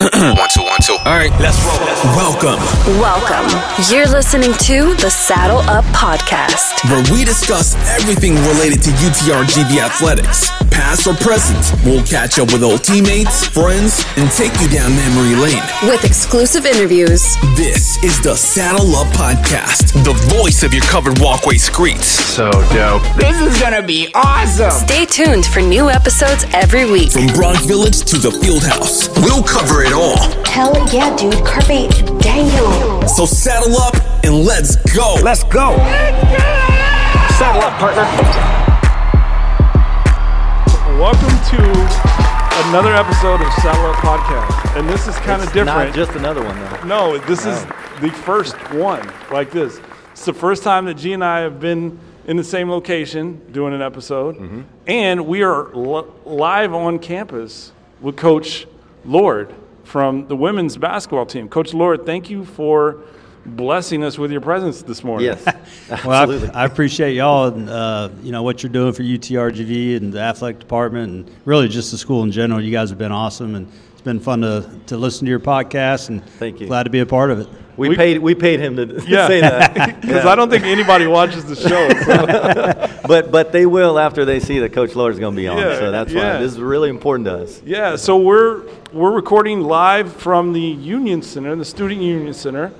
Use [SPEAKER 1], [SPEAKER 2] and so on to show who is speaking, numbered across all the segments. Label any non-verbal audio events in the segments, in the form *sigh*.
[SPEAKER 1] one two one two.
[SPEAKER 2] All right, let's roll.
[SPEAKER 3] Welcome,
[SPEAKER 4] Welcome. You're listening to the Saddle Up Podcast.
[SPEAKER 3] where we discuss everything related to UTRGV athletics, past or present. We'll catch up with old teammates, friends, and take you down memory lane.
[SPEAKER 4] With exclusive interviews,
[SPEAKER 3] This is the Saddle Up Podcast, the voice of your covered walkway streets.
[SPEAKER 5] So dope.
[SPEAKER 6] This is gonna be awesome.
[SPEAKER 4] stay tuned for new episodes every week.
[SPEAKER 3] From Bronx Village to the field house, we'll cover it all.
[SPEAKER 7] Hell yeah, dude. Carpe dang.
[SPEAKER 3] So saddle up and let's go.
[SPEAKER 2] Let's go.
[SPEAKER 6] Saddle up, partner.
[SPEAKER 8] Welcome to another episode of Saddle Up Podcast, and this is kind of different.
[SPEAKER 9] Not just another one though.
[SPEAKER 8] no, this is the first one like this. It's the first time that G and I have been in the same location doing an episode,
[SPEAKER 9] Mm-hmm.
[SPEAKER 8] and we are li- live on campus with Coach Lord from the women's basketball team. Coach Lord, thank you for blessing us with your presence this morning. *laughs*
[SPEAKER 9] Yes,
[SPEAKER 10] Well,
[SPEAKER 9] absolutely.
[SPEAKER 10] I, I appreciate y'all and uh, you know what you're doing for UTRGV and the athletic department and really just the school in general. You guys have been awesome and it's been fun to, to listen to your podcast and
[SPEAKER 9] Thank you.
[SPEAKER 10] Glad to be a part of it.
[SPEAKER 9] we, paid we paid him to *laughs*
[SPEAKER 8] Yeah. *laughs*
[SPEAKER 9] say that.
[SPEAKER 8] Because I don't think anybody watches the show. so-
[SPEAKER 9] but but they will after they see that Coach Lord's going to be on.
[SPEAKER 8] Yeah,
[SPEAKER 9] so that's
[SPEAKER 8] yeah.
[SPEAKER 9] why this is really important to us.
[SPEAKER 8] Yeah, so we're we're recording live from the Union Center, the Student Union Center,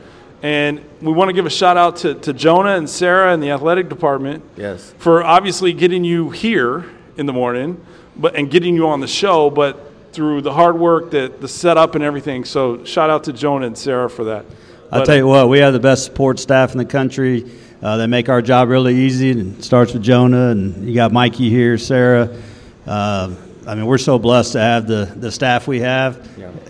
[SPEAKER 8] and we want to give a shout out to, to Jonah and Sarah and the athletic department.
[SPEAKER 9] Yes.
[SPEAKER 8] For obviously getting you here in the morning, but and getting you on the show, but through the hard work that the setup and everything. So shout out to Jonah and Sarah for that.
[SPEAKER 10] I'll
[SPEAKER 8] But,
[SPEAKER 10] tell you what, we have the best support staff in the country. Uh, they make our job really easy, and it starts with Jonah, and you got Mikey here, Sarah. Uh, I mean, we're so blessed to have the, the staff we have,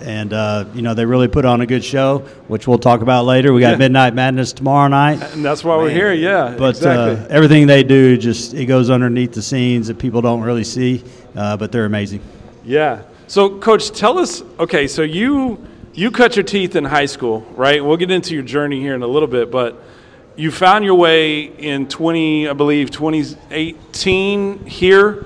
[SPEAKER 10] and uh, you know they really put on a good show, which we'll talk about later. We got Midnight Madness tomorrow night.
[SPEAKER 8] and that's why we're here. Yeah,
[SPEAKER 10] But
[SPEAKER 8] exactly.
[SPEAKER 10] uh, everything they do just it goes underneath the scenes that people don't really see, uh, but they're amazing.
[SPEAKER 8] Yeah. So, coach, tell us. Okay, so you you cut your teeth in high school, right? We'll get into your journey here in a little bit, but you found your way in 20, I believe, 2018 here.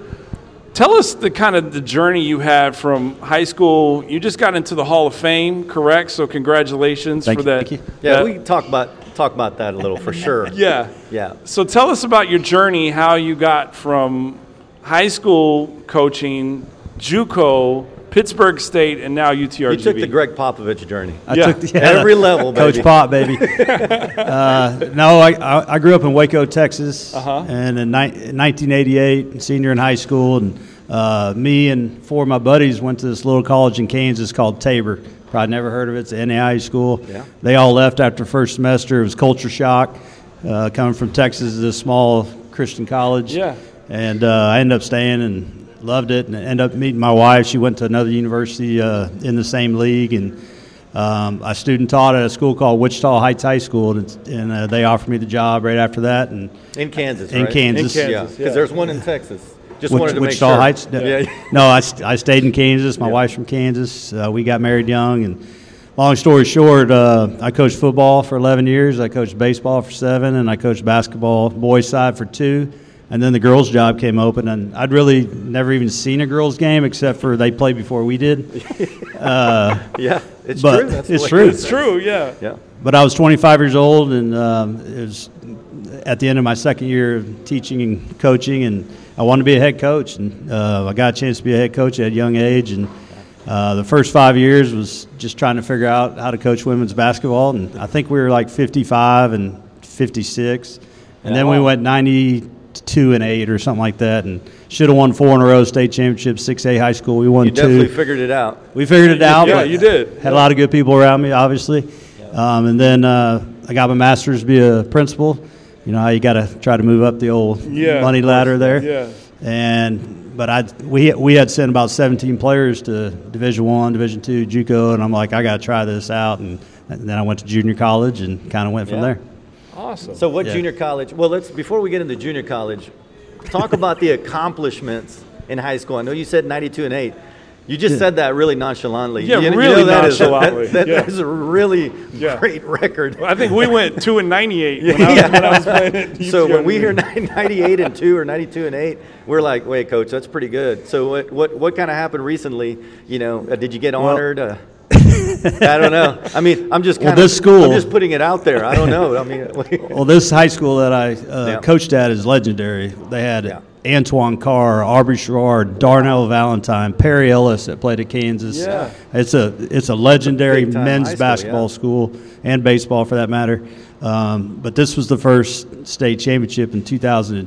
[SPEAKER 8] Tell us the kind of the journey you had from high school. You just got into the Hall of Fame, correct? So, congratulations
[SPEAKER 10] Thank
[SPEAKER 8] for
[SPEAKER 10] you,
[SPEAKER 8] that.
[SPEAKER 10] thank you.
[SPEAKER 9] Yeah,
[SPEAKER 8] that-
[SPEAKER 9] we can talk about talk about that a
[SPEAKER 8] *laughs*
[SPEAKER 9] little for sure.
[SPEAKER 8] yeah.
[SPEAKER 9] Yeah.
[SPEAKER 8] So tell us about your journey, how you got from high school coaching, JUCO, Pittsburgh State, and now UTRGV.
[SPEAKER 9] You took the Greg Popovich journey.
[SPEAKER 10] I
[SPEAKER 8] Yeah.
[SPEAKER 10] *laughs* took
[SPEAKER 9] Every level,
[SPEAKER 10] Coach
[SPEAKER 9] baby. *laughs*
[SPEAKER 10] Pop, baby. uh, no, I, I, I grew up in Waco, Texas,
[SPEAKER 9] Uh-huh.
[SPEAKER 10] and in, ni- in 1988, senior in high school, and uh, me and four of my buddies went to this little college in Kansas called Tabor. Probably never heard of it. It's an NAI school.
[SPEAKER 9] Yeah.
[SPEAKER 10] They all left after first semester. It was culture shock uh, coming from Texas to this small Christian college.
[SPEAKER 8] Yeah.
[SPEAKER 10] And uh, I ended up staying and loved it, and ended up meeting my wife. She went to another university uh, in the same league, and um, I student taught at a school called Wichita Heights High School, and, it's- and uh, they offered me the job right after that. And
[SPEAKER 9] in Kansas.
[SPEAKER 10] In
[SPEAKER 9] right?
[SPEAKER 10] Kansas.
[SPEAKER 9] Yeah,
[SPEAKER 10] In
[SPEAKER 9] because there's one in Texas. Just
[SPEAKER 10] Wich-
[SPEAKER 9] wanted to
[SPEAKER 10] Wichita
[SPEAKER 9] make sure.
[SPEAKER 10] Heights. No,
[SPEAKER 9] Yeah. yeah. *laughs*
[SPEAKER 10] no I, st- I stayed in Kansas. My wife's from Kansas. Uh, we got married young, and long story short, uh, I coached football for 11 years. I coached baseball for seven, and I coached basketball boys side for two. And then the girls' job came open, and I'd really never even seen a girls' game except for they played before we did.
[SPEAKER 9] Yeah, It's
[SPEAKER 10] But
[SPEAKER 9] true. That's the
[SPEAKER 10] it's
[SPEAKER 9] way-
[SPEAKER 10] true.
[SPEAKER 8] It's true, yeah.
[SPEAKER 9] Yeah.
[SPEAKER 10] But I was 25 years old, and um, it was at the end of my second year of teaching and coaching, and I wanted to be a head coach, and uh, I got a chance to be a head coach at a young age, and uh, the first five years was just trying to figure out how to coach women's basketball, and I think we were like 55 and 56, and then we went 92 and eight or something like that, and should have won four in a row, state championship, 6A high school. We won
[SPEAKER 9] You
[SPEAKER 10] two.
[SPEAKER 9] definitely figured it out.
[SPEAKER 10] We figured it out.
[SPEAKER 8] Yeah,
[SPEAKER 10] but
[SPEAKER 8] you did.
[SPEAKER 10] Had a lot of good people around me, obviously. Um, and then uh, I got my master's to be a principal. You know how you got to try to move up the old
[SPEAKER 8] Yeah,
[SPEAKER 10] money
[SPEAKER 8] of course.
[SPEAKER 10] ladder there.
[SPEAKER 8] Yeah.
[SPEAKER 10] And but I we we had sent about 17 players to Division One, Division Two, JUCO, and I'm like, I got to try this out. And, and then I went to junior college and kind of went from
[SPEAKER 9] Yeah.
[SPEAKER 10] there.
[SPEAKER 8] Awesome.
[SPEAKER 9] So what
[SPEAKER 10] Yeah.
[SPEAKER 9] junior college? Well, let's before we get into junior college, talk about the accomplishments in high school. I know you said 92 and 8. You just said that really nonchalantly.
[SPEAKER 8] Yeah,
[SPEAKER 9] you, you
[SPEAKER 8] really
[SPEAKER 9] that is- that-
[SPEAKER 8] nonchalantly.
[SPEAKER 9] that-
[SPEAKER 8] Yeah.
[SPEAKER 9] that is a really
[SPEAKER 8] *laughs* Yeah.
[SPEAKER 9] great record.
[SPEAKER 8] I think we went 2 and 98 when,
[SPEAKER 9] *laughs*
[SPEAKER 8] I was, when I was playing at
[SPEAKER 9] So when we hear
[SPEAKER 8] UTRGV.
[SPEAKER 9] 98 and 2 or 92 and 8, we're like, wait, coach,
[SPEAKER 10] *laughs*
[SPEAKER 9] that's pretty good. So what what, what kind of happened recently? You know, uh, did you get honored? uh, I don't know. I mean, I'm just
[SPEAKER 10] Well,
[SPEAKER 9] kind
[SPEAKER 10] this school-
[SPEAKER 9] I'm just putting it out there. I don't know. I mean, *laughs*
[SPEAKER 10] Well, this high school that I uh,
[SPEAKER 9] Yeah.
[SPEAKER 10] coached at is legendary. They had
[SPEAKER 9] Yeah.
[SPEAKER 10] Antoine Carr, Arby Sherard, Darnell Valentine, Perry Ellis that played at Kansas.
[SPEAKER 8] Yeah.
[SPEAKER 10] It's a it's a legendary
[SPEAKER 9] Big-time
[SPEAKER 10] men's
[SPEAKER 9] high school,
[SPEAKER 10] basketball
[SPEAKER 9] yeah.
[SPEAKER 10] school and baseball for that matter. Um, but this was the first state championship in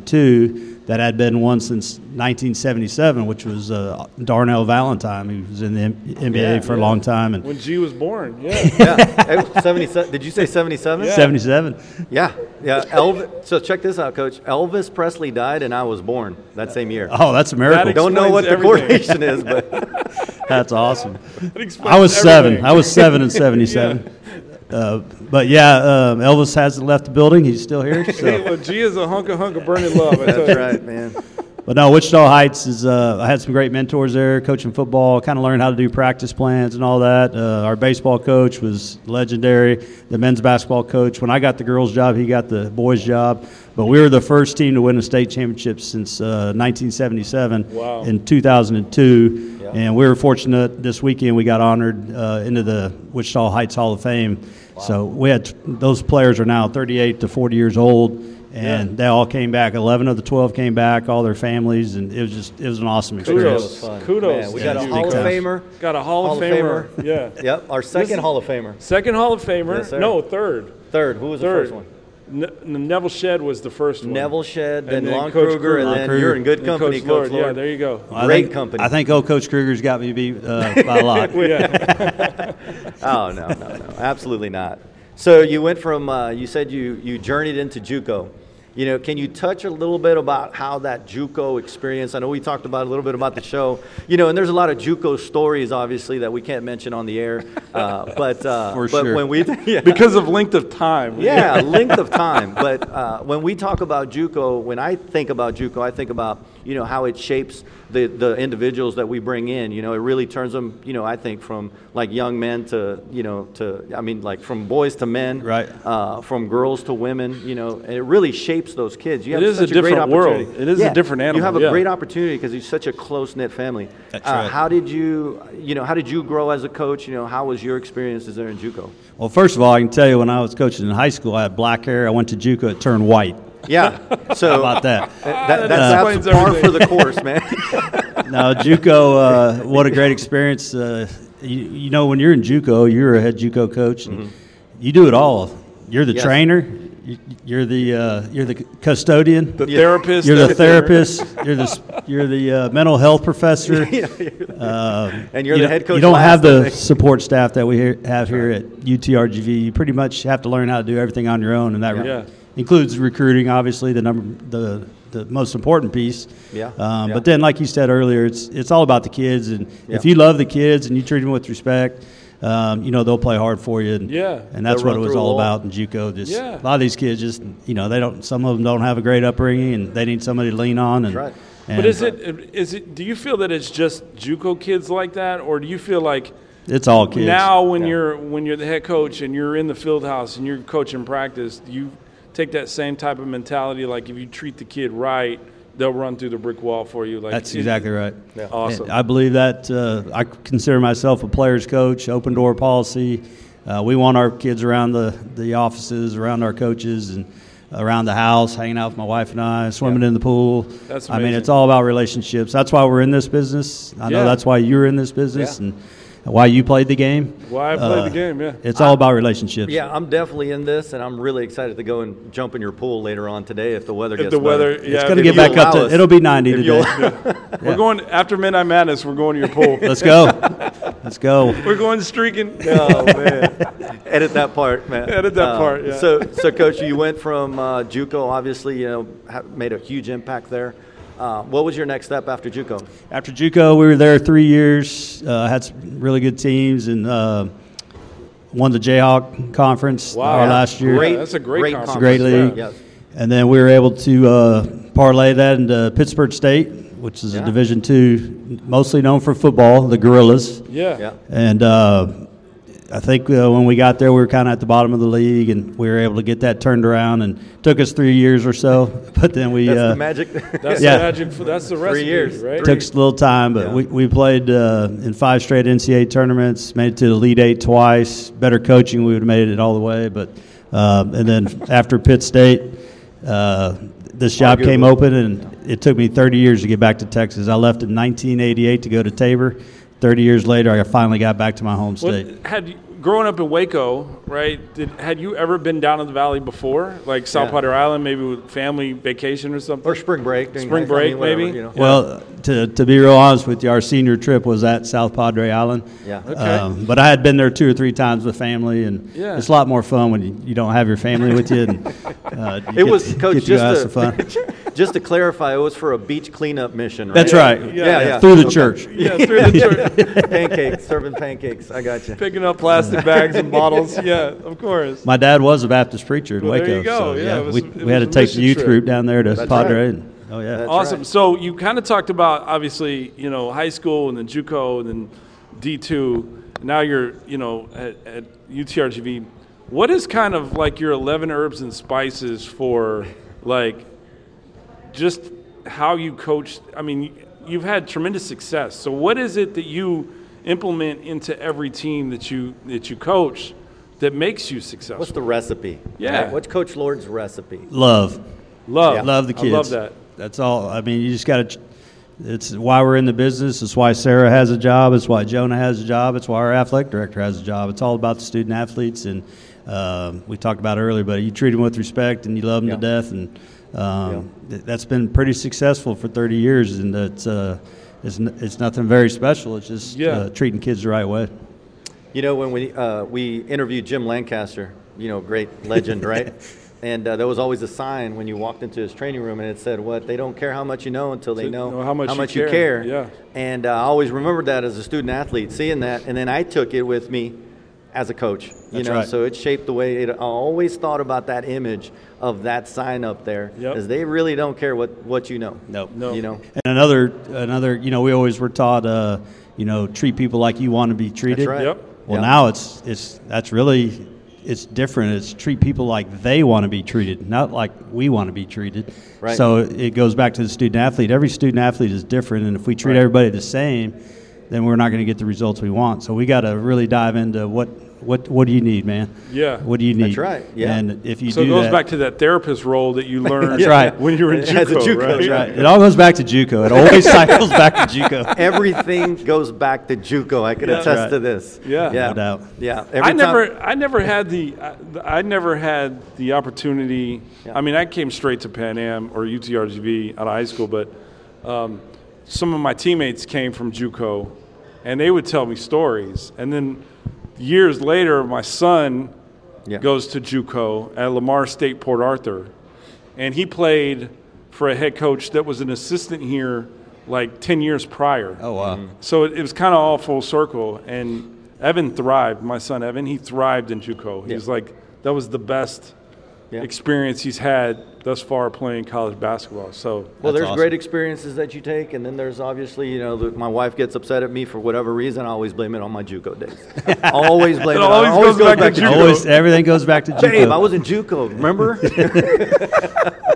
[SPEAKER 10] 2002 that had been won since 1977, which was uh, Darnell Valentine, who was in the M- NBA
[SPEAKER 9] Yeah,
[SPEAKER 10] for a
[SPEAKER 9] yeah.
[SPEAKER 10] long time, and
[SPEAKER 8] When G was born,
[SPEAKER 9] *laughs*
[SPEAKER 8] yeah.
[SPEAKER 9] yeah. Hey, 77. Did you say 77?
[SPEAKER 10] 77.
[SPEAKER 9] Yeah. Yeah. Elvis. So check this out, Coach. Elvis Presley died, and I was born that same year.
[SPEAKER 10] Oh, that's a miracle.
[SPEAKER 8] ex-
[SPEAKER 9] don't know what the
[SPEAKER 8] Explains
[SPEAKER 9] coordination is, but *laughs*
[SPEAKER 10] That's awesome.
[SPEAKER 8] explains
[SPEAKER 10] I was seven.
[SPEAKER 8] everything.
[SPEAKER 10] I was seven
[SPEAKER 8] *laughs*
[SPEAKER 10] in '77. uh, but yeah, um, Elvis hasn't left the building. He's
[SPEAKER 8] *laughs*
[SPEAKER 10] still here.
[SPEAKER 8] Hey,
[SPEAKER 10] So.
[SPEAKER 8] well, G is a hunk of hunk of burning love. I tell
[SPEAKER 9] that's
[SPEAKER 8] you.
[SPEAKER 9] right, man.
[SPEAKER 10] But no, Wichita Heights is. Uh, I had some great mentors there, coaching football. Kind of learned how to do practice plans and all that. Uh, our baseball coach was legendary. The men's basketball coach. When I got the girls' job, he got the boys' job. But we were the first team to win a state championship since uh, 1977.
[SPEAKER 8] Wow.
[SPEAKER 10] In 2002, and we were fortunate this weekend we got honored uh, into the Wichita Heights Hall of Fame. So we had those players are now 38 to 40 years old, and they all came back. 11 of the 12 came back, all their families, and it was just it was an awesome experience.
[SPEAKER 8] Kudos.
[SPEAKER 9] fun.
[SPEAKER 8] Kudos.
[SPEAKER 9] Man, we
[SPEAKER 8] to
[SPEAKER 9] got
[SPEAKER 8] you.
[SPEAKER 9] a Hall of
[SPEAKER 10] Big
[SPEAKER 9] Famer.
[SPEAKER 8] Got a Hall, of Famer. Yeah.
[SPEAKER 9] Yep. Our second
[SPEAKER 8] Listen-
[SPEAKER 9] Hall of Famer.
[SPEAKER 8] Second Hall of Famer.
[SPEAKER 9] Yes, sir.
[SPEAKER 8] no, third.
[SPEAKER 9] Third. Who was the
[SPEAKER 8] Third.
[SPEAKER 9] first one?
[SPEAKER 8] Ne- N- Neville Shed was the first one.
[SPEAKER 9] Neville Shedd,
[SPEAKER 8] And
[SPEAKER 9] then,
[SPEAKER 8] then
[SPEAKER 9] Lon
[SPEAKER 8] Coach
[SPEAKER 9] Kruger, and
[SPEAKER 10] Lon
[SPEAKER 9] then
[SPEAKER 10] Kruger.
[SPEAKER 9] you're in good
[SPEAKER 8] And
[SPEAKER 9] company, Coach, Lord.
[SPEAKER 8] Yeah, there you go.
[SPEAKER 10] *laughs* I
[SPEAKER 9] Great
[SPEAKER 10] think-
[SPEAKER 9] company.
[SPEAKER 10] I think old Coach Kruger's got me beat uh, by
[SPEAKER 9] *laughs*
[SPEAKER 10] a lot.
[SPEAKER 8] *laughs* Yeah.
[SPEAKER 9] Oh no, no, no, absolutely not. So you went from uh, you said you you journeyed into JUCO. You know, can you touch a little bit about how that JUCO experience? I know we talked about a little bit about the show. You know, and there's a lot of JUCO stories, obviously, that we can't mention on the air. Uh, but uh,
[SPEAKER 10] *laughs* For
[SPEAKER 9] but
[SPEAKER 10] sure.
[SPEAKER 9] when we *laughs* yeah.
[SPEAKER 8] because of length of time. *laughs*
[SPEAKER 9] Yeah, length of time. But uh, when we talk about JUCO, when I think about JUCO, I think about you know how it shapes the, the individuals that we bring in. You know, it really turns them. You know, I think from like young men to you know to I mean like from boys to men,
[SPEAKER 10] Right.
[SPEAKER 9] Uh, from girls to women. You know, and it really shapes those kids. You have
[SPEAKER 8] is a
[SPEAKER 9] such great
[SPEAKER 8] different world.
[SPEAKER 9] opportunity.
[SPEAKER 8] It is a
[SPEAKER 9] Yeah,
[SPEAKER 8] different
[SPEAKER 9] You have
[SPEAKER 8] animal,
[SPEAKER 9] a
[SPEAKER 8] yeah.
[SPEAKER 9] great opportunity because he's such a close knit family.
[SPEAKER 10] That's
[SPEAKER 9] uh,
[SPEAKER 10] right.
[SPEAKER 9] How did you you know how did you grow as a coach? You know, how was your experiences there in JUCO?
[SPEAKER 10] Well, first of all, I can tell you when I was coaching in high school, I had black hair. I went to JUCO, it turned white.
[SPEAKER 8] *laughs*
[SPEAKER 9] Yeah. So
[SPEAKER 10] How
[SPEAKER 9] *laughs*
[SPEAKER 10] about that?
[SPEAKER 9] Uh, That,
[SPEAKER 8] that
[SPEAKER 9] that's,
[SPEAKER 8] explains
[SPEAKER 9] that's par for
[SPEAKER 8] everything.
[SPEAKER 9] the course, man.
[SPEAKER 10] no, JUCO. Uh, what a great experience! Uh, you, you know, when you're in JUCO, you're a head JUCO coach, and you do it all. You're the
[SPEAKER 9] Yes.
[SPEAKER 10] trainer. you- You're the uh, you're the custodian.
[SPEAKER 8] The therapist.
[SPEAKER 10] you're the
[SPEAKER 9] *laughs*
[SPEAKER 8] everything.
[SPEAKER 10] therapist. You're the s- you're the uh, mental health
[SPEAKER 9] *laughs*
[SPEAKER 10] professor. Uh,
[SPEAKER 9] and you're
[SPEAKER 10] you
[SPEAKER 9] the
[SPEAKER 10] don't-
[SPEAKER 9] head coach.
[SPEAKER 10] You don't
[SPEAKER 9] last,
[SPEAKER 10] have
[SPEAKER 9] I
[SPEAKER 10] the
[SPEAKER 9] think.
[SPEAKER 10] support staff that we here, have here at UTRGV. You pretty much have to learn how to do everything on your own, and that re-
[SPEAKER 8] Yeah.
[SPEAKER 10] includes recruiting, obviously, the number, the the most important piece.
[SPEAKER 9] Yeah.
[SPEAKER 10] Um,
[SPEAKER 9] Yeah.
[SPEAKER 10] But then, like you said earlier, it's it's all about the kids, and if
[SPEAKER 9] Yeah.
[SPEAKER 10] you love the kids and you treat them with respect. Um, you know they'll play hard for you, and,
[SPEAKER 8] Yeah.
[SPEAKER 10] and that's
[SPEAKER 9] They'll
[SPEAKER 10] what
[SPEAKER 9] run
[SPEAKER 10] it was
[SPEAKER 9] through a
[SPEAKER 10] all
[SPEAKER 9] wall.
[SPEAKER 10] about in JUCO. Just
[SPEAKER 8] Yeah.
[SPEAKER 10] a lot of these kids, just you know, they don't. Some of them don't have a great upbringing, and they need somebody to lean on. And,
[SPEAKER 9] right.
[SPEAKER 10] and
[SPEAKER 8] But is it is it? Do you feel that it's just JUCO kids like that, or do you feel like
[SPEAKER 10] It's all kids
[SPEAKER 8] now when you're when you're the head coach and you're in the field house and you're coaching practice, do you take that same type of mentality? Like if you treat the kid right, they'll run through the brick wall for you. Like
[SPEAKER 10] That's
[SPEAKER 8] it-
[SPEAKER 10] exactly right.
[SPEAKER 8] Awesome.
[SPEAKER 10] And I believe that uh, I consider myself a player's coach, open door policy. Uh, we want our kids around the, the offices, around our coaches, and around the house, hanging out with my wife and I, swimming in the pool.
[SPEAKER 8] That's
[SPEAKER 10] I mean,
[SPEAKER 8] amazing.
[SPEAKER 10] it's all about relationships. That's why we're in this business. I
[SPEAKER 8] Yeah.
[SPEAKER 10] know that's why you're in this business
[SPEAKER 9] Yeah.
[SPEAKER 10] and why you played the game. Uh,
[SPEAKER 8] Why I played the game, yeah.
[SPEAKER 10] It's all about relationships.
[SPEAKER 9] *laughs* Yeah, I'm definitely in this, and I'm really excited to go and jump in your pool later on today if the weather
[SPEAKER 8] If
[SPEAKER 9] gets
[SPEAKER 8] the
[SPEAKER 9] better.
[SPEAKER 8] weather, yeah,
[SPEAKER 10] It's going to
[SPEAKER 8] if
[SPEAKER 10] get
[SPEAKER 8] you-
[SPEAKER 10] back up
[SPEAKER 9] allow
[SPEAKER 10] to,
[SPEAKER 9] us-
[SPEAKER 10] it'll be 90
[SPEAKER 9] if you'll-
[SPEAKER 10] today.
[SPEAKER 8] We're going after Midnight Madness. We're going to your pool.
[SPEAKER 10] Let's go.
[SPEAKER 9] *laughs*
[SPEAKER 10] Let's go.
[SPEAKER 8] *laughs* we're going
[SPEAKER 10] *laughs*
[SPEAKER 8] streaking.
[SPEAKER 9] Oh man, *laughs* edit that part,
[SPEAKER 8] *laughs*
[SPEAKER 9] man. Uh,
[SPEAKER 8] Edit that part, yeah.
[SPEAKER 9] So, so coach, you went from uh, JUCO. Obviously, you know, ha- made a huge impact there. Uh, what was your next step after JUCO?
[SPEAKER 10] After JUCO, we were there three years. Uh, had some really good teams and uh, won the Jayhawk conference our last year.
[SPEAKER 9] Great,
[SPEAKER 8] Yeah, that's a great
[SPEAKER 10] It's a
[SPEAKER 8] conference.
[SPEAKER 10] great
[SPEAKER 8] conference,
[SPEAKER 10] league.
[SPEAKER 9] yeah. Yes.
[SPEAKER 10] And then we were able to uh, parlay that into Pittsburgh State, which is
[SPEAKER 9] Yeah.
[SPEAKER 10] a Division two, mostly known for football, the Gorillas.
[SPEAKER 8] Yeah.
[SPEAKER 9] Yeah.
[SPEAKER 10] And uh, I think uh, when we got there, we were kind of at the bottom of the league, and we were able to get that turned around, and took us three years or so. *laughs* But then we
[SPEAKER 9] That's
[SPEAKER 10] uh,
[SPEAKER 9] the
[SPEAKER 10] *laughs*
[SPEAKER 9] magic.
[SPEAKER 8] That's
[SPEAKER 10] Yeah.
[SPEAKER 8] the magic. For, that's the recipe,
[SPEAKER 9] years.
[SPEAKER 8] right?
[SPEAKER 9] Three.
[SPEAKER 10] took us a little time, but
[SPEAKER 9] Yeah.
[SPEAKER 10] we, we played uh, in five straight NCAA tournaments, made it to the lead eight twice. Better coaching, we would have made it all the way. But um, and then *laughs* after Pitt State, uh, this job came
[SPEAKER 9] Arguably.
[SPEAKER 10] open, and it took me 30 years to get back to Texas. I left in 1988 to go to Tabor. 30 years later, I finally got back to my home
[SPEAKER 8] What-
[SPEAKER 10] state.
[SPEAKER 8] had you- growing up in Waco, right? Did had you ever been down in the valley before, like South
[SPEAKER 9] Yeah.
[SPEAKER 8] Potter Island, maybe with family vacation or something?
[SPEAKER 9] or spring break. during
[SPEAKER 8] Spring
[SPEAKER 9] high school, I mean,
[SPEAKER 8] break, maybe?
[SPEAKER 9] whatever, you know.
[SPEAKER 10] Well, to, to be real honest with you, our senior trip was at South Padre Island.
[SPEAKER 9] Yeah. Okay.
[SPEAKER 10] Um, but I had been there two or three times with family, and
[SPEAKER 8] Yeah.
[SPEAKER 10] it's a lot more fun when you, you don't have your family with you.
[SPEAKER 8] *laughs*
[SPEAKER 10] And, uh, you
[SPEAKER 9] It
[SPEAKER 10] get
[SPEAKER 9] was
[SPEAKER 10] to-
[SPEAKER 9] coach
[SPEAKER 10] get to go have
[SPEAKER 9] just
[SPEAKER 10] some fun. *laughs*
[SPEAKER 9] to, *laughs* just to clarify, it was for a beach cleanup mission. Right?
[SPEAKER 10] That's right.
[SPEAKER 9] Yeah, yeah.
[SPEAKER 10] Through the
[SPEAKER 9] Okay.
[SPEAKER 8] *laughs*
[SPEAKER 10] church.
[SPEAKER 8] yeah, through
[SPEAKER 9] *laughs*
[SPEAKER 8] the church,
[SPEAKER 9] pancakes, serving pancakes. I got you.
[SPEAKER 8] picking up plastic bags and
[SPEAKER 9] *laughs*
[SPEAKER 8] bottles. Yeah, of course.
[SPEAKER 10] My dad was a Baptist preacher in
[SPEAKER 8] Well,
[SPEAKER 10] Waco.
[SPEAKER 8] there you go.
[SPEAKER 10] So,
[SPEAKER 8] Yeah, it was-
[SPEAKER 10] we,
[SPEAKER 8] it
[SPEAKER 10] we had to
[SPEAKER 8] was a
[SPEAKER 10] take the
[SPEAKER 8] mission
[SPEAKER 10] youth
[SPEAKER 8] trip.
[SPEAKER 10] group down there to
[SPEAKER 9] That's
[SPEAKER 10] Padre.
[SPEAKER 9] right.
[SPEAKER 10] And, oh, yeah.
[SPEAKER 9] That's
[SPEAKER 8] awesome.
[SPEAKER 9] right.
[SPEAKER 8] So you kind of talked about obviously, you know, high school and then JUCO and then D two. Now you're, you know, at, at UTRGV. What is kind of like your eleven herbs and spices for like just how you coach? I mean, you've had tremendous success. So what is it that you implement into every team that you that you coach that makes you successful?
[SPEAKER 9] What's the recipe?
[SPEAKER 8] Yeah.
[SPEAKER 9] Right? What's Coach Lord's recipe?
[SPEAKER 10] Love.
[SPEAKER 8] love?
[SPEAKER 9] Yeah.
[SPEAKER 10] Oh, love the
[SPEAKER 8] I
[SPEAKER 10] kids.
[SPEAKER 8] love that.
[SPEAKER 10] That's all. I mean, you just got to. It's why we're in the business. It's why Sarah has a job. It's why Jonah has a job. It's why our athletic director has a job. It's all about the student athletes, and um, we talked about it earlier. But you treat them with respect, and you love them to
[SPEAKER 9] Yeah.
[SPEAKER 10] death, and um, th- that's been pretty successful for 30 years. And it's uh, it's, n- it's nothing very special. It's just
[SPEAKER 8] Yeah.
[SPEAKER 10] uh, treating kids the right way.
[SPEAKER 9] You know, when we uh, we interviewed Jim Lancaster, you know, great
[SPEAKER 8] *laughs*
[SPEAKER 9] legend, right? And uh, there was always a sign when you walked into his training room, and it said, "What they don't care how much you know until they
[SPEAKER 8] To
[SPEAKER 9] know,
[SPEAKER 8] know how much you
[SPEAKER 9] you
[SPEAKER 8] care."
[SPEAKER 9] care."
[SPEAKER 8] Yeah.
[SPEAKER 9] And uh, I always remembered that as a student athlete, seeing that, and then I took it with me as a coach. You
[SPEAKER 10] That's
[SPEAKER 9] know,
[SPEAKER 10] right.
[SPEAKER 9] so it shaped the way. It, I always thought about that image of that sign up there,
[SPEAKER 8] Yep.
[SPEAKER 9] as they really don't care what what you know.
[SPEAKER 10] Nope.
[SPEAKER 8] No.
[SPEAKER 9] You know,
[SPEAKER 10] And another, another, you know, we always were taught, uh, you know, treat people like you want to be treated.
[SPEAKER 9] right.
[SPEAKER 8] Yep.
[SPEAKER 10] Well,
[SPEAKER 9] Yeah.
[SPEAKER 10] now it's it's that's really it's different. It's treat people like they want to be treated, not like we want to be treated.
[SPEAKER 9] Right.
[SPEAKER 10] So it goes back to the student athlete. Every student athlete is different, and if we treat everybody the same, then we're not going to get the results we want. So we got to really dive into what what what do you need, man?
[SPEAKER 8] Yeah.
[SPEAKER 10] What do you need?
[SPEAKER 9] That's right. Yeah.
[SPEAKER 10] And if you
[SPEAKER 8] So it
[SPEAKER 10] do
[SPEAKER 8] goes
[SPEAKER 10] that,
[SPEAKER 8] back to that therapist role that you learned
[SPEAKER 10] That's right.
[SPEAKER 8] when you were in JUCO,
[SPEAKER 9] As a JUCO,
[SPEAKER 8] right?
[SPEAKER 9] that's
[SPEAKER 10] right. It all goes back to JUCO. It always cycles back to JUCO.
[SPEAKER 9] everything
[SPEAKER 8] *laughs*
[SPEAKER 9] goes back to JUCO. I can attest
[SPEAKER 10] right.
[SPEAKER 9] to this.
[SPEAKER 8] Yeah.
[SPEAKER 9] yeah,
[SPEAKER 10] No doubt.
[SPEAKER 8] I
[SPEAKER 9] Yeah, Every time-
[SPEAKER 8] never, I never had the, I, I never had the opportunity.
[SPEAKER 9] Yeah.
[SPEAKER 8] I mean, I came straight to Pan Am or UTRGV out of high school, but um, some of my teammates came from JUCO, and they would tell me stories. And then years later, my son
[SPEAKER 9] Yeah.
[SPEAKER 8] goes to JUCO at Lamar State Port Arthur, and he played for a head coach that was an assistant here like ten years prior.
[SPEAKER 10] Oh wow.
[SPEAKER 8] So it, it was kind of all full circle. And Evan thrived, my son Evan, he thrived in JUCO. He
[SPEAKER 9] Yeah.
[SPEAKER 8] was like, that was the best
[SPEAKER 9] Yeah.
[SPEAKER 8] experience he's had thus far playing college basketball. So,
[SPEAKER 9] Well,
[SPEAKER 10] That's
[SPEAKER 9] there's
[SPEAKER 10] awesome.
[SPEAKER 9] great experiences that you take, and then there's obviously, you know, the, my wife gets upset at me for whatever reason. I always blame it on my
[SPEAKER 8] *laughs*
[SPEAKER 9] JUCO days. always blame
[SPEAKER 8] It
[SPEAKER 9] it. on-
[SPEAKER 8] always goes back to JUCO.
[SPEAKER 10] Always, everything goes back to JUCO.
[SPEAKER 9] Babe, I was in JUCO. *laughs* Remember?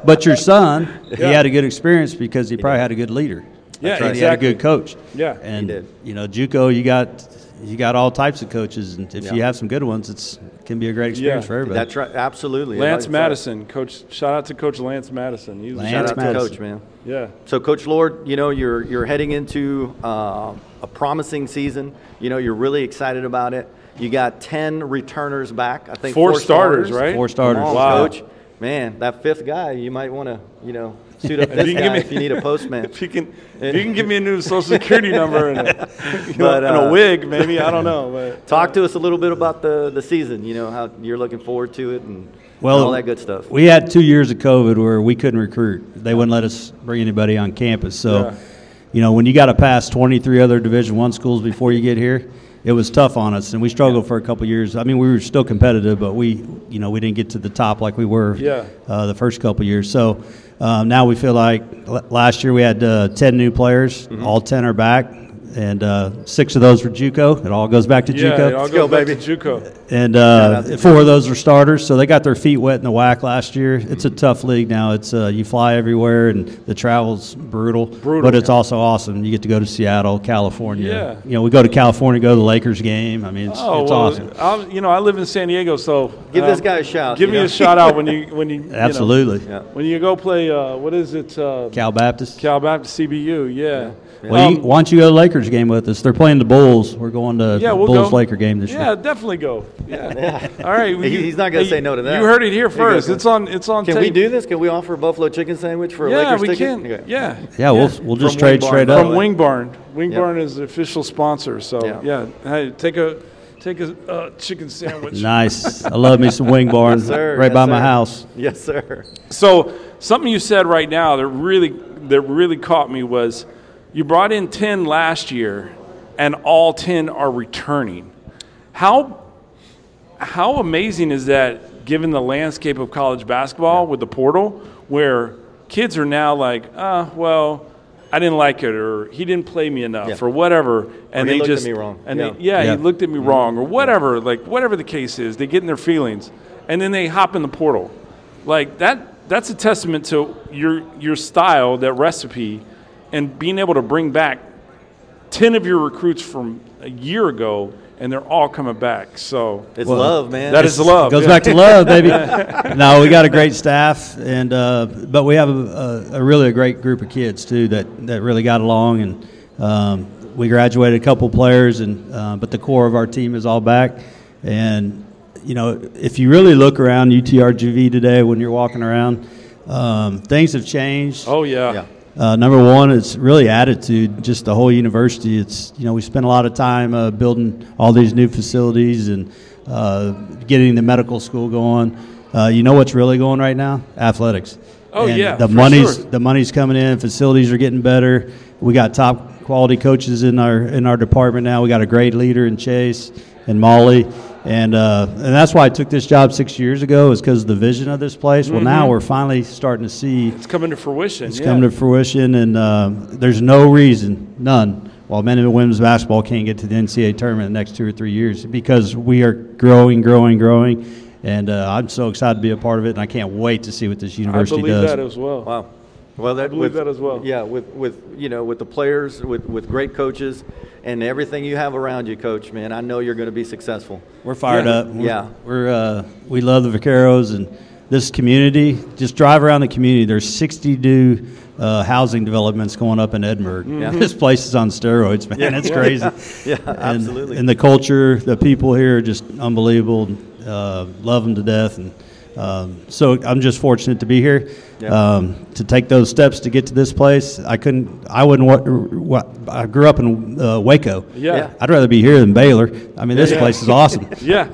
[SPEAKER 10] But your son, he
[SPEAKER 8] Yeah.
[SPEAKER 10] had a good experience because he probably had a good leader.
[SPEAKER 8] Yeah,
[SPEAKER 10] and he had a
[SPEAKER 8] exactly.
[SPEAKER 10] good coach.
[SPEAKER 8] Yeah. He
[SPEAKER 10] and
[SPEAKER 9] did.
[SPEAKER 10] you know, JUCO, you got you got all types of coaches, and if you
[SPEAKER 9] Yeah.
[SPEAKER 10] have some good ones, it's can be a great experience
[SPEAKER 8] Yeah.
[SPEAKER 10] for everybody.
[SPEAKER 9] That's right. Absolutely.
[SPEAKER 8] Lance
[SPEAKER 9] Like I said,
[SPEAKER 8] Madison, coach, shout out to Coach Lance Madison. He was a
[SPEAKER 10] Lance
[SPEAKER 9] Shout out to
[SPEAKER 10] Madison.
[SPEAKER 9] Coach, man.
[SPEAKER 8] Yeah.
[SPEAKER 9] So, Coach Lord, you know you're you're heading into uh, a promising season. You know you're really excited about it. You got ten returners back. I think
[SPEAKER 8] Four starters, right?
[SPEAKER 10] Four starters.
[SPEAKER 9] Come on,
[SPEAKER 8] Wow.
[SPEAKER 9] Coach. Man, that fifth guy, you might want to you know suit
[SPEAKER 8] *laughs*
[SPEAKER 9] up
[SPEAKER 8] If
[SPEAKER 9] this
[SPEAKER 8] you can
[SPEAKER 9] guy
[SPEAKER 8] give me-
[SPEAKER 9] if you need a postman.
[SPEAKER 8] If you can, if you can give me a new social security number and
[SPEAKER 9] *laughs*
[SPEAKER 8] a, you know,
[SPEAKER 9] But,
[SPEAKER 8] and
[SPEAKER 9] uh,
[SPEAKER 8] a wig, maybe I don't know. But
[SPEAKER 9] Talk to us a little bit about the, the season. You know how you're looking forward to it and, and all that good stuff.
[SPEAKER 10] We had two years of COVID where we couldn't recruit. They wouldn't let us bring anybody on campus. So,
[SPEAKER 8] Yeah.
[SPEAKER 10] you know, when you got to pass 23 other Division One schools before you get here, it was tough on us, and we struggled for a couple years. I mean, we were still competitive, but we, you know, we didn't get to the top like we were
[SPEAKER 8] Yeah.
[SPEAKER 10] uh, the first couple years. So um, now we feel like l- last year we had uh, 10 new players, all 10 are back. and uh, six of those were JUCO. It all goes back to
[SPEAKER 8] Yeah,
[SPEAKER 10] *laughs* JUCO
[SPEAKER 8] it all
[SPEAKER 9] go,
[SPEAKER 8] goes back
[SPEAKER 9] baby.
[SPEAKER 8] to JUCO.
[SPEAKER 10] and
[SPEAKER 9] out to
[SPEAKER 10] uh, four of those were starters. So they got their feet wet in the whack last year. It's a tough league now. It's uh, you fly everywhere, and the travel's brutal.
[SPEAKER 8] Brutal.
[SPEAKER 10] but it's also awesome. You get to go to Seattle, California.
[SPEAKER 8] Yeah.
[SPEAKER 10] you know we go to California, go to the Lakers game. I mean, it's,
[SPEAKER 8] Oh,
[SPEAKER 10] it's
[SPEAKER 8] well,
[SPEAKER 10] awesome.
[SPEAKER 8] I'm, you know, I live in San Diego, so
[SPEAKER 9] Give
[SPEAKER 8] uh,
[SPEAKER 9] this guy a shout,
[SPEAKER 8] Give
[SPEAKER 9] you
[SPEAKER 8] me
[SPEAKER 9] know?
[SPEAKER 8] a shout out when you when you, you know,
[SPEAKER 10] Absolutely,
[SPEAKER 9] Yeah.
[SPEAKER 8] when you go play. Uh, what is it? Uh,
[SPEAKER 10] Cal Baptist.
[SPEAKER 8] Cal Baptist CBU. Yeah.
[SPEAKER 10] well, you,
[SPEAKER 8] Um,
[SPEAKER 10] why don't you go to Lakers game with us? They're playing the Bulls. We're going to
[SPEAKER 8] yeah, we'll
[SPEAKER 10] Bulls
[SPEAKER 8] go.
[SPEAKER 10] Laker game this
[SPEAKER 8] yeah,
[SPEAKER 10] year.
[SPEAKER 8] definitely go. Yeah.
[SPEAKER 9] *laughs*
[SPEAKER 8] All right. well,
[SPEAKER 9] He-
[SPEAKER 8] you-
[SPEAKER 9] he's not gonna
[SPEAKER 8] hey,
[SPEAKER 9] say no to that.
[SPEAKER 8] You heard it here
[SPEAKER 9] He's gonna
[SPEAKER 8] first.
[SPEAKER 9] go.
[SPEAKER 8] It's on. It's on.
[SPEAKER 9] Can
[SPEAKER 8] tape.
[SPEAKER 9] we do this? Can we offer a buffalo chicken sandwich for a
[SPEAKER 8] Yeah,
[SPEAKER 9] Lakers
[SPEAKER 8] we
[SPEAKER 9] ticket?
[SPEAKER 8] can.
[SPEAKER 9] Okay.
[SPEAKER 8] Yeah.
[SPEAKER 10] Yeah, we'll we'll just
[SPEAKER 9] From
[SPEAKER 10] trade
[SPEAKER 9] Wing
[SPEAKER 10] straight
[SPEAKER 9] Barn.
[SPEAKER 10] up.
[SPEAKER 8] From Wing Barn. Wing
[SPEAKER 9] Yeah.
[SPEAKER 8] Barn is the official sponsor. So
[SPEAKER 9] Yeah.
[SPEAKER 8] yeah, Hey, take a take a uh, chicken
[SPEAKER 10] *laughs*
[SPEAKER 8] sandwich.
[SPEAKER 10] Nice. I love me some Wing
[SPEAKER 8] *laughs*
[SPEAKER 10] Barn
[SPEAKER 9] Sir,
[SPEAKER 10] right
[SPEAKER 9] yes,
[SPEAKER 10] by my
[SPEAKER 9] sir.
[SPEAKER 10] house.
[SPEAKER 9] Yes, sir.
[SPEAKER 8] So something you said right now that really that really caught me was you brought in ten last year, and all ten are returning. How how amazing is that? Given the landscape of college basketball with the portal, where kids are now like, uh, well, I didn't like it, or he didn't play me enough,
[SPEAKER 9] Yeah.
[SPEAKER 8] or whatever, and
[SPEAKER 9] he
[SPEAKER 8] they
[SPEAKER 9] looked at
[SPEAKER 8] just
[SPEAKER 9] me wrong.
[SPEAKER 8] and
[SPEAKER 9] Yeah.
[SPEAKER 8] they, yeah,
[SPEAKER 10] Yeah.
[SPEAKER 8] he looked at me wrong, or whatever, like whatever the case is, they get in their feelings, and then they hop in the portal, like that. That's a testament to your your style, that recipe, and being able to bring back ten of your recruits from a year ago, and they're all coming back. So
[SPEAKER 9] It's love, man.
[SPEAKER 8] that is love.
[SPEAKER 10] Goes
[SPEAKER 8] yeah.
[SPEAKER 10] back to
[SPEAKER 8] *laughs*
[SPEAKER 10] love, baby. no, we got a great staff, and uh, but we have a, a, a really a great group of kids too that that really got along, and um, we graduated a couple players, and uh, but the core of our team is all back, and you know if you really look around UTRGV today when you're walking around, um, things have changed.
[SPEAKER 8] Oh yeah.
[SPEAKER 9] Yeah.
[SPEAKER 10] Uh, number one is really attitude. Just the whole university. It's you know we spend a lot of time uh, building all these new facilities and uh, getting the medical school going. Uh, you know what's really going right now? Athletics.
[SPEAKER 8] Oh,
[SPEAKER 10] And
[SPEAKER 8] yeah,
[SPEAKER 10] the
[SPEAKER 8] for
[SPEAKER 10] money's
[SPEAKER 8] sure.
[SPEAKER 10] the money's coming in. Facilities are getting better. We got top quality coaches in our in our department now. We got a great leader in Chase and Molly, and uh, and that's why I took this job six years ago is because of the vision of this place. Well, now
[SPEAKER 8] Mm-hmm.
[SPEAKER 10] we're finally starting to see
[SPEAKER 8] It's coming to fruition.
[SPEAKER 10] it's
[SPEAKER 8] yeah.
[SPEAKER 10] come to fruition, and um, there's no reason, none, while men and women's basketball can't get to the NCAA tournament in the next two or three years because we are growing, growing, growing, and uh, I'm so excited to be a part of it, and I can't wait to see what this
[SPEAKER 8] I
[SPEAKER 10] university
[SPEAKER 8] believe
[SPEAKER 10] does.
[SPEAKER 8] that as well.
[SPEAKER 9] Wow. Well, that,
[SPEAKER 8] believe
[SPEAKER 9] with,
[SPEAKER 8] that as well.
[SPEAKER 9] Yeah, with, with you know with the players, with, with great coaches, and everything you have around you, coach, man, I know you're going to be successful.
[SPEAKER 10] We're fired
[SPEAKER 8] Yeah.
[SPEAKER 10] up. We're,
[SPEAKER 9] Yeah.
[SPEAKER 10] we're uh, we love the Vaqueros and this community. Just drive around the community. There's 60 new uh, housing developments going up in Edinburgh.
[SPEAKER 9] Yeah.
[SPEAKER 10] *laughs* This place is on steroids, man. It's crazy.
[SPEAKER 9] Mm-hmm. *laughs* Yeah,
[SPEAKER 10] And-
[SPEAKER 9] absolutely.
[SPEAKER 10] And the culture, the people here are just unbelievable. Uh, love them to death, and um, so I'm just fortunate to be here.
[SPEAKER 9] Yeah.
[SPEAKER 10] Um, to take those steps to get to this place, I couldn't. I wouldn't. Wa- wa- I grew up in uh, Waco.
[SPEAKER 8] Yeah.
[SPEAKER 9] Yeah.
[SPEAKER 10] I'd rather be here than Baylor. I mean, this
[SPEAKER 8] Yeah.
[SPEAKER 10] place is awesome.
[SPEAKER 8] Yeah.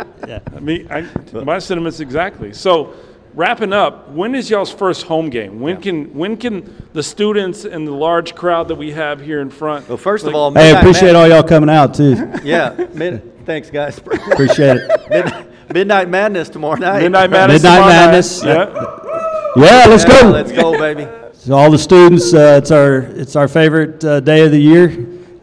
[SPEAKER 8] I mean, I, my sentiments exactly. So, wrapping up, when is y'all's first home game? When can when can the students and the large crowd that we have here in front?
[SPEAKER 9] Well, first
[SPEAKER 8] like-
[SPEAKER 9] of all,
[SPEAKER 10] Hey,
[SPEAKER 9] Midnight
[SPEAKER 10] appreciate
[SPEAKER 9] Mad-
[SPEAKER 10] all y'all coming out too.
[SPEAKER 9] *laughs* Yeah, mid- thanks guys. *laughs*
[SPEAKER 10] Appreciate it.
[SPEAKER 9] Mid- Midnight Madness tomorrow night.
[SPEAKER 8] Midnight Madness.
[SPEAKER 10] Midnight
[SPEAKER 8] tomorrow night.
[SPEAKER 10] Madness.
[SPEAKER 8] Yeah.
[SPEAKER 10] Yeah, let's
[SPEAKER 9] Yeah,
[SPEAKER 10] go.
[SPEAKER 9] Let's go, baby.
[SPEAKER 10] So all the students, uh, it's our it's our favorite uh, day of the year.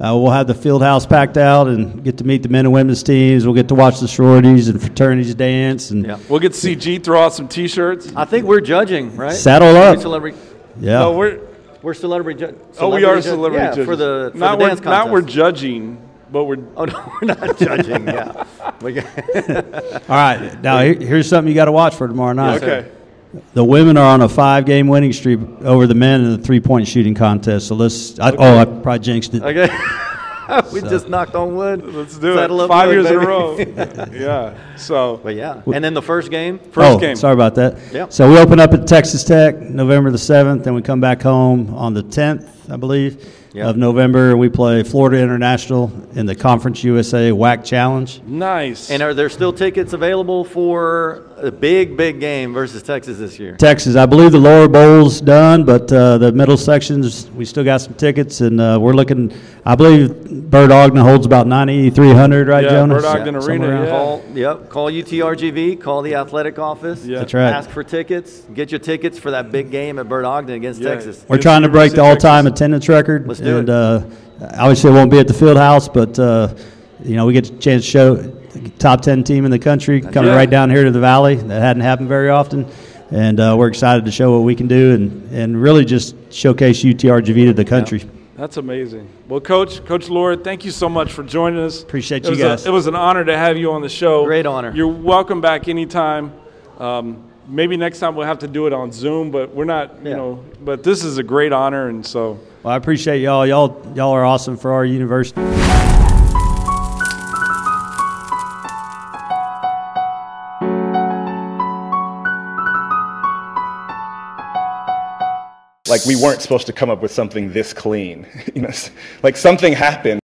[SPEAKER 10] Uh, we'll have the field house packed out and get to meet the men and women's teams. We'll get to watch the sororities and fraternities dance and
[SPEAKER 9] Yeah.
[SPEAKER 8] We'll get to see G throw out some T-shirts.
[SPEAKER 9] I think we're judging, right?
[SPEAKER 10] Saddle
[SPEAKER 9] We're
[SPEAKER 10] up.
[SPEAKER 9] celebrity-
[SPEAKER 10] yeah.
[SPEAKER 8] No, we're
[SPEAKER 9] We're celebrity judge.
[SPEAKER 8] oh, we are
[SPEAKER 9] judge-
[SPEAKER 8] celebrity
[SPEAKER 9] yeah,
[SPEAKER 8] judges
[SPEAKER 9] for the for
[SPEAKER 8] not
[SPEAKER 9] the
[SPEAKER 8] we're,
[SPEAKER 9] dance contest.
[SPEAKER 8] not we're judging, but we're
[SPEAKER 9] oh no, we're not judging.
[SPEAKER 8] *laughs*
[SPEAKER 9] Yeah, we got,
[SPEAKER 10] all right, now here, here's something you got to watch for tomorrow night.
[SPEAKER 8] okay.
[SPEAKER 10] The women are on a five-game winning streak over the men in the three-point shooting contest. So let's. I, oh, I probably jinxed it.
[SPEAKER 9] okay. *laughs* we just knocked on wood.
[SPEAKER 8] Let's do
[SPEAKER 9] Saddle
[SPEAKER 8] it.
[SPEAKER 9] up
[SPEAKER 8] Five
[SPEAKER 9] wood,
[SPEAKER 8] years in
[SPEAKER 9] baby.
[SPEAKER 8] a row. yeah. So
[SPEAKER 9] *laughs* But yeah, and then the first game.
[SPEAKER 8] first
[SPEAKER 10] oh,
[SPEAKER 8] game.
[SPEAKER 10] Sorry about that.
[SPEAKER 9] Yep.
[SPEAKER 10] So we open up at Texas Tech November the 7th, and we come back home on the 10th, I believe,
[SPEAKER 9] Yep.
[SPEAKER 10] of November. And we play Florida International in the Conference USA WAC Challenge.
[SPEAKER 8] Nice.
[SPEAKER 9] And are there still tickets available for a big, big game versus Texas this year?
[SPEAKER 10] Texas, I believe the lower bowl's done, but uh, the middle sections, we still got some tickets, and uh, we're looking. I believe Bird Ogden holds about 9,300, right,
[SPEAKER 8] yeah,
[SPEAKER 10] Jonas?
[SPEAKER 8] Bird Ogden
[SPEAKER 10] Somewhere
[SPEAKER 8] Arena.
[SPEAKER 10] around.
[SPEAKER 8] yeah.
[SPEAKER 9] Call, yep, call UTRGV, call the athletic office.
[SPEAKER 8] Yeah. That's
[SPEAKER 10] right.
[SPEAKER 9] Ask for tickets. Get your tickets for that big game at Bird Ogden against
[SPEAKER 8] Yeah.
[SPEAKER 9] Texas.
[SPEAKER 10] We're
[SPEAKER 8] It's
[SPEAKER 10] trying to break
[SPEAKER 8] University
[SPEAKER 10] the
[SPEAKER 8] of
[SPEAKER 10] all-time
[SPEAKER 8] Texas.
[SPEAKER 10] attendance record
[SPEAKER 9] Let's do
[SPEAKER 10] and
[SPEAKER 9] it.
[SPEAKER 10] Uh, obviously, I won't be at the field house, but uh, you know we get a chance to show the top ten team in the country coming
[SPEAKER 8] right.
[SPEAKER 10] right down here to the valley. That hadn't happened very often, and uh, we're excited to show what we can do and and really just showcase UTR Javita to the country.
[SPEAKER 8] That's amazing. Well, Coach, Coach Lord, thank you so much for joining us.
[SPEAKER 10] Appreciate
[SPEAKER 8] it
[SPEAKER 10] you
[SPEAKER 8] was
[SPEAKER 10] guys.
[SPEAKER 8] A, it was an honor to have you on the show.
[SPEAKER 9] Great honor.
[SPEAKER 8] You're welcome back anytime. Um, maybe next time we'll have to do it on Zoom, but we're not, you
[SPEAKER 9] Yeah.
[SPEAKER 8] know. But this is a great honor, and so
[SPEAKER 10] Well, I appreciate y'all. Y'all y'all are awesome for our university.
[SPEAKER 1] *laughs* like we weren't supposed to come up with something this clean you know like something happened